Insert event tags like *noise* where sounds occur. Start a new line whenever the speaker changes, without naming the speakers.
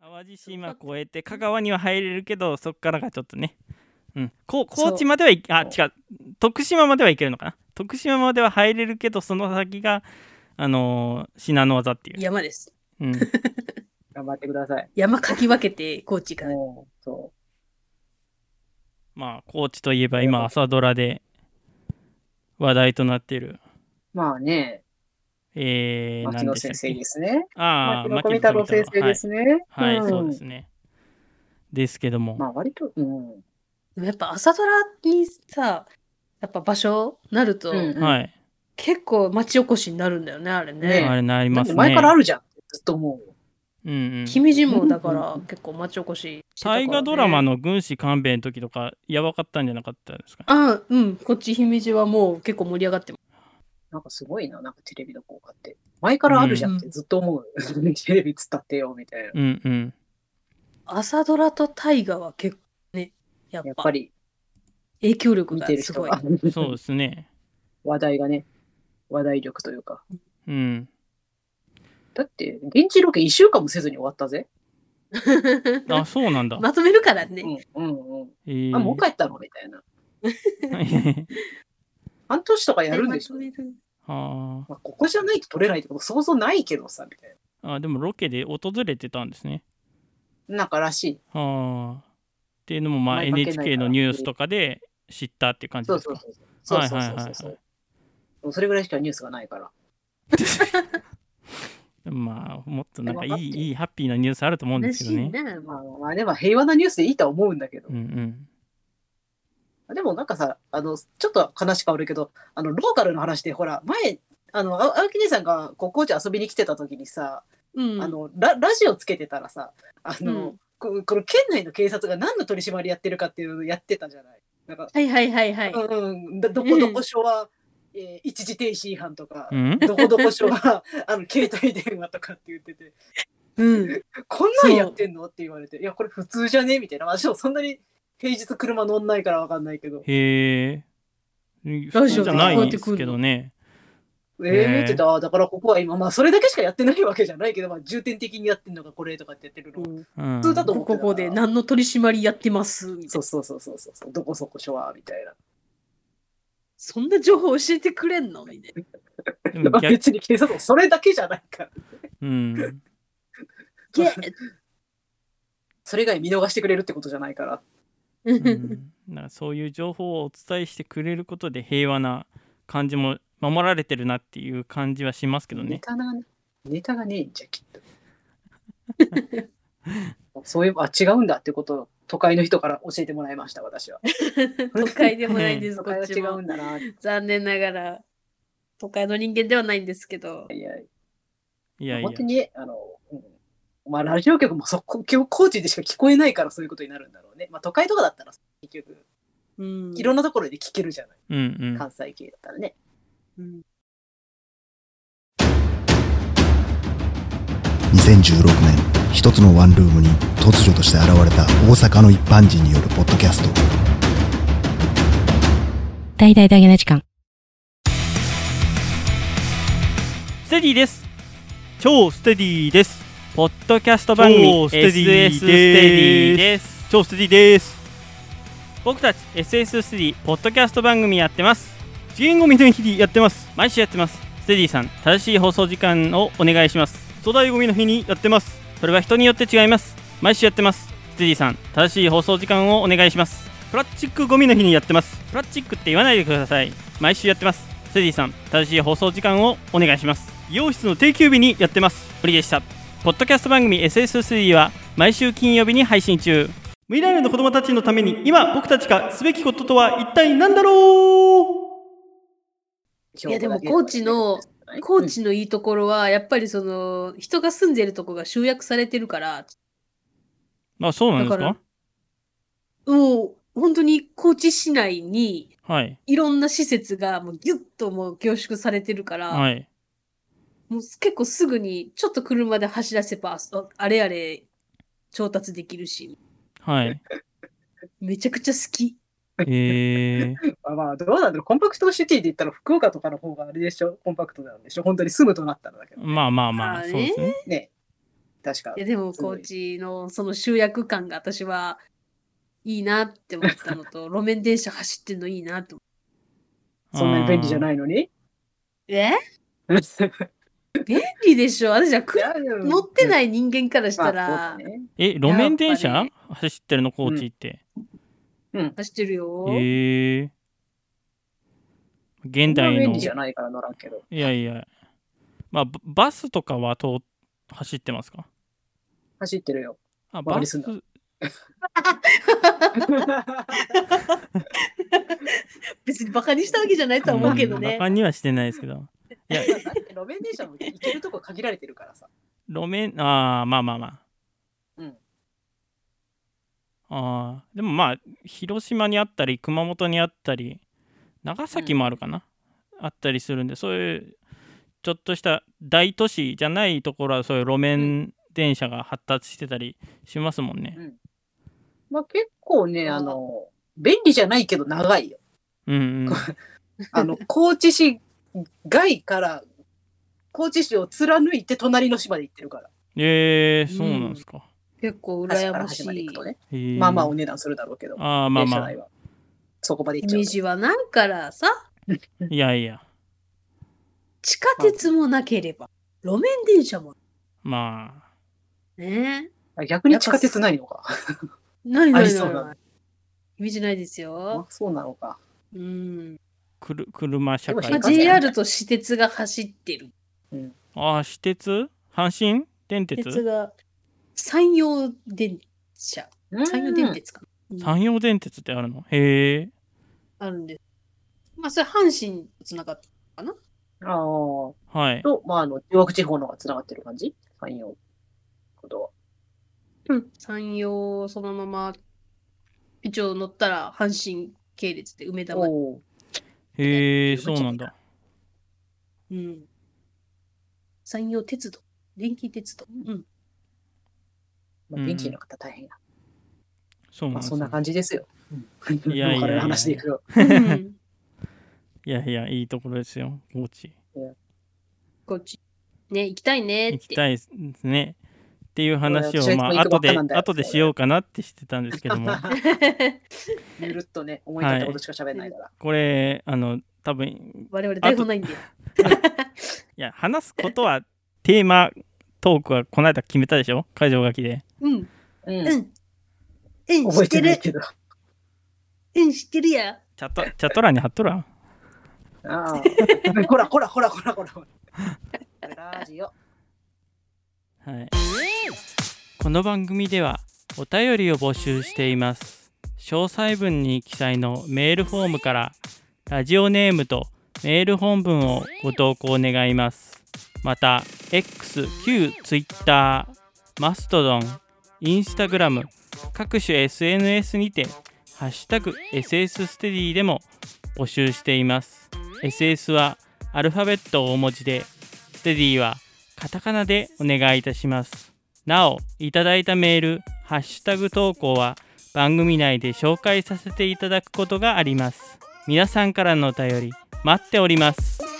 淡路島越えて香川には入れるけどそこからがちょっとね、うん、こ高知まではいあ違う徳島までは行けるのかな徳島までは入れるけどその先があのー、信濃技っていう、
山です。
*laughs*
うん、
頑張ってください。
山かき分けて高知から。
もう、そ
まあ高知といえば今朝ドラで話題となっている
う。まあね、
えー、
牧野先生
す
ですね。
あ
牧
あ
野富太郎先生ですね。
はい、はい
ん
そうですねですけども、
まあ割と、うん。
でもやっぱ朝ドラにさ、やっぱ場所なると、
うん
はい、
結構町おこしになるんだよね、あれね。
ね
あれなりますね
前からあるじゃん。ずっともう。
うんうん、
姫路もだから
うん
結構町おこししてたから、
大
ね。
河ドラマ。の軍師官兵衛の時とかやばかったんじゃなかったですか
あうん、こっち姫路はもう結構盛り上がってま
なんかすごいな、なんかテレビの効果って。前からあるじゃんってずっと思う。 *laughs* テレビつったってよ、みたいな。
うんうん
す。朝ドラと大河は結構ね、やっ
やっ
ぱ
ぱり
影響力
見
が
てる
す
人
ごい。
が、 *laughs*
そうですね。
話題がね、話題力というか。
うん。
だって、現地ロケ1週間もせずに終わったぜ。
*laughs*
*laughs*
あ、そうなん
*laughs*
だ。
まとめるから
う
ね。
んうんうん。
えー
あ、もう帰ったのみたいな。
はい
半年とかやるんでしょ
まと。める
*laughs* は
まあ、ここじゃないと取れないってこと想像ないけどさ、みたい
あ。あ、でもロケで訪れてたんですね。
な。なんからしい。
はあ。っていうのも、まあ、
前関係ないから
NHK のニュースとかで知ったっていう感じ
そ
で
う
す
そう
か
そ。う。そうそう
はいはい
そ
は
う
い
そ
は
う。もうそれぐらいしかニュースがないから。
*laughs* まあ、もっとなんかい
わかっ
い、
てる
いいハッピーなニュースあると思うんです
嬉
け
し
ど
い
ね。
な。
まあ、まあ、でも平和なニュースでいいとは思うんだけど
うん。うん。
でもなんかさ、あの、ちょっと話変わるけど、あの、ローカルの話で、ほら、前、あの、あ青木姉さんが、こう、高知遊びに来てた時にさ、
うん。
あのラ、ラジオつけてたらさ、あの、
うん
ここの県内の警察が何の取り締まりやってるかっていうのをやってたじゃない。なんか、
はいはいはいはい。
うんうん、だどこどこ署は、えー一時停止違反とか、
うん
どこどこ署は *laughs* あの携帯電話とかって言ってて、
うん。
こんなんやってんのって言われて、いや、これ普通じゃねみたいな。私もそんなに平日車乗んないからわかんないけど、
へえ。
ラ
ジ
じ
オで
ゃ
聞
ない
こえ
ん
て
です
くるの
けどね。
え
へー
ー、見てた。だからここは今、まあそれだけしかやってないわけじゃないけど、まあ重点的にやってんのがこれとかってやってるの。
うん。
普通だと
こここで何の取り締まりやってますみたいな
そうそうそうそうそう、どこそこ署は、みたいな。
そんな情報教えてくれんのみたいな。
でも逆
別に警察もそれだけじゃないから。
うん。
ゲ
それ以外見逃してくれるってことじゃないから。
う
ッ *laughs*
ん、なんかそういう情報をお伝えしてくれることで平和な感じも守られてるなっていう感じはしますけど
ネ
ね。
タがね、ネタがねえんじゃ、きっと。 *laughs* そういえば、あ違うんだってことを都会の人から教えてもらいました、
*laughs*
私は。
都会でもないです、
都
こ
会は
っ
違
ち
う
は
ん。だな。い
残念ながら、都会の人間ではないんですけど。
やい
い
や
やいや
本当、に、あの、うんまあ、ラジオ局もそこ、今日高知でしか聞こえないからそういうことになるんだろうね。まあ、都会とかだったら、結局、
うん
いろんなところで聞けるじゃない。
うんうん、
関西系だったらね。
うん
2016年一つのワンルームに突如として現れた大阪の一般人によるポッドキャスト
大々大げな時間。
ステディです。超ステディです。ポッドキャスト番組
超ステディで
SS
す
ステディです。
超ステディです。
僕たち SS ステディポッドキャスト番組やってます。
次元ゴミの日にやってます。
毎週やってます。ステディさん、正しい放送時間をお願いします。
粗大ゴミの日にやってます。
それは人によって違います。毎週やってます。ステディさん、正しい放送時間をお願いします。
プラスチックゴミの日にやってます。
プラスチックって言わないでください。毎週やってます。ステディさん、正しい放送時間をお願いします。
美容室の定休日にやってます。
ブリでした。ポッドキャスト番組 SS3 は毎週金曜日に配信中。
未来の子供たちのために今僕たちがすべきこととは一体何だろ
い
やでも高知の、高知のいいところは、やっぱりその、人が住んでるとこが集約されてるから、
あ、そうなんですか
だかもう、本当に高知市内に、
はい。
いろんな施設がもうギュッともう凝縮されてるから、
はい。
もう結構すぐに、ちょっと車で走らせば、ああれあれ調達できるし、
はい。
めちゃくちゃ好き。
えー、
まあまあ、どうなんだろう。コンパクトシティで言ったら福岡とかの方があれでしょコンパクトなんでしょ本当に住むとなったらだけど。
まあまあまあ、
あ
そ
れ
うですね。
ね。確か
い。やでも
すごい
高知のその集約感が私はいいなって思ったの
*laughs*
と路面電車走ってんのいいなって思っ
そんなに便利じゃ
い
ないのに。
てえ便利でしょ私はく乗ってないい人間からしたら、
え路面電
や
車
っぱ
走ってるの高知って、
走ってるよ、
へえ現代
便
の
利じ
い
ゃないから乗らんけど。
やいやまあババスとかはと走ってますか
走って *laughs* るよ。
あ
バカ
バ
に
ス
すんな
う
別にバカにしたわけじゃないとは思うけど
んバ
ね
カにはしてないですけどいや
だって路面電車も行けるとこ限られてるからさ。
路面ああまあまあまあ
うん。
あーでもまあ広島にあったり熊本にあったり長崎もあるかな、あったりするんでそういうちょっとした大都市じゃないところはそういう路面電車が発達してたりしますもんね。
まあ結構ね、あの、便利じゃないけど長いよ。
うんうん、
*laughs* あ *laughs* の、高知市外から、高知市を貫いて隣の島で行ってるから。
えー、そうなんですか。
結構
端
羨
から
ま
端
し
まで
い
行くとね。
えー
まあまあお値段するだろうけど。
あーまあま
電車
あ
代はそこまで行
イ
っちゃ
メ
う
ー
と。
ジはないからさ
いやいや
地下鉄もなければ路面電車も
まあ
ね
あ逆に地下鉄ないのか。
ないな
あり
いな
そう
い
だ
ないイメージないです
あ
よ、
そうなのか。
うん
くる車社
で
会
まあ、
も新幹線
JR と私鉄が走ってる
ああ私鉄阪神電鉄
鉄が山陽電車山陽電鉄
鉄。
かな、うん
山陽電鉄ってあるのへえ
あるんですまあそれ阪神とつながって
ああ。
はい。
と、まあ、あの、中国地方の方が繋がってる感じ山陽ことは。
山陽をそのまま一応乗ったら阪神系列で梅田まで、
おー
へえそうなんだ。
うん、山陽鉄道電気鉄道、うん、
まあ、元気な方大変や。
そうなん
まあ、
です
そ
ね
んな感じですよ。
いやいやいや
ローカルの話でいくよ。
うん
いやいや、いいところですよ、高知。
こっちね行きたいねって
行きたいですね。っていう話
そう
を、
だ
ま
私
あ、
は行く
後
ばっか
で
なん、だよ
後でしようかなってしてたんですけども、
*laughs* ゆるっとね、思い立ったことしか喋んないから。
これ、あの、多分い
*laughs* 我々台本ないんで
や、話すことは、テーマトークはこの間決めたでしょ会場書きで。
うん
う
うんんうん知っ
覚えて
て
ない
る
けど。
うん知ってるや
チャット、チャット欄に貼っとらん。
ああ。 *laughs* ほら、ほら、ほら、ほら、ほら。ほらラジオ。
はい。この番組では、お便りを募集しています。詳細文に記載のメールフォームから、ラジオネームとメール本文をご投稿願います。また、X、Q、Twitter、マストドン、インスタグラム、各種 SNS にて、ハッシュタグ SS ステディでも募集しています。SS はアルファベット大文字で、ステディはカタカナでお願いいたします。なお、いただいたメール、ハッシュタグ投稿は番組内で紹介させていただくことがあります。皆さんからのお便り待っております。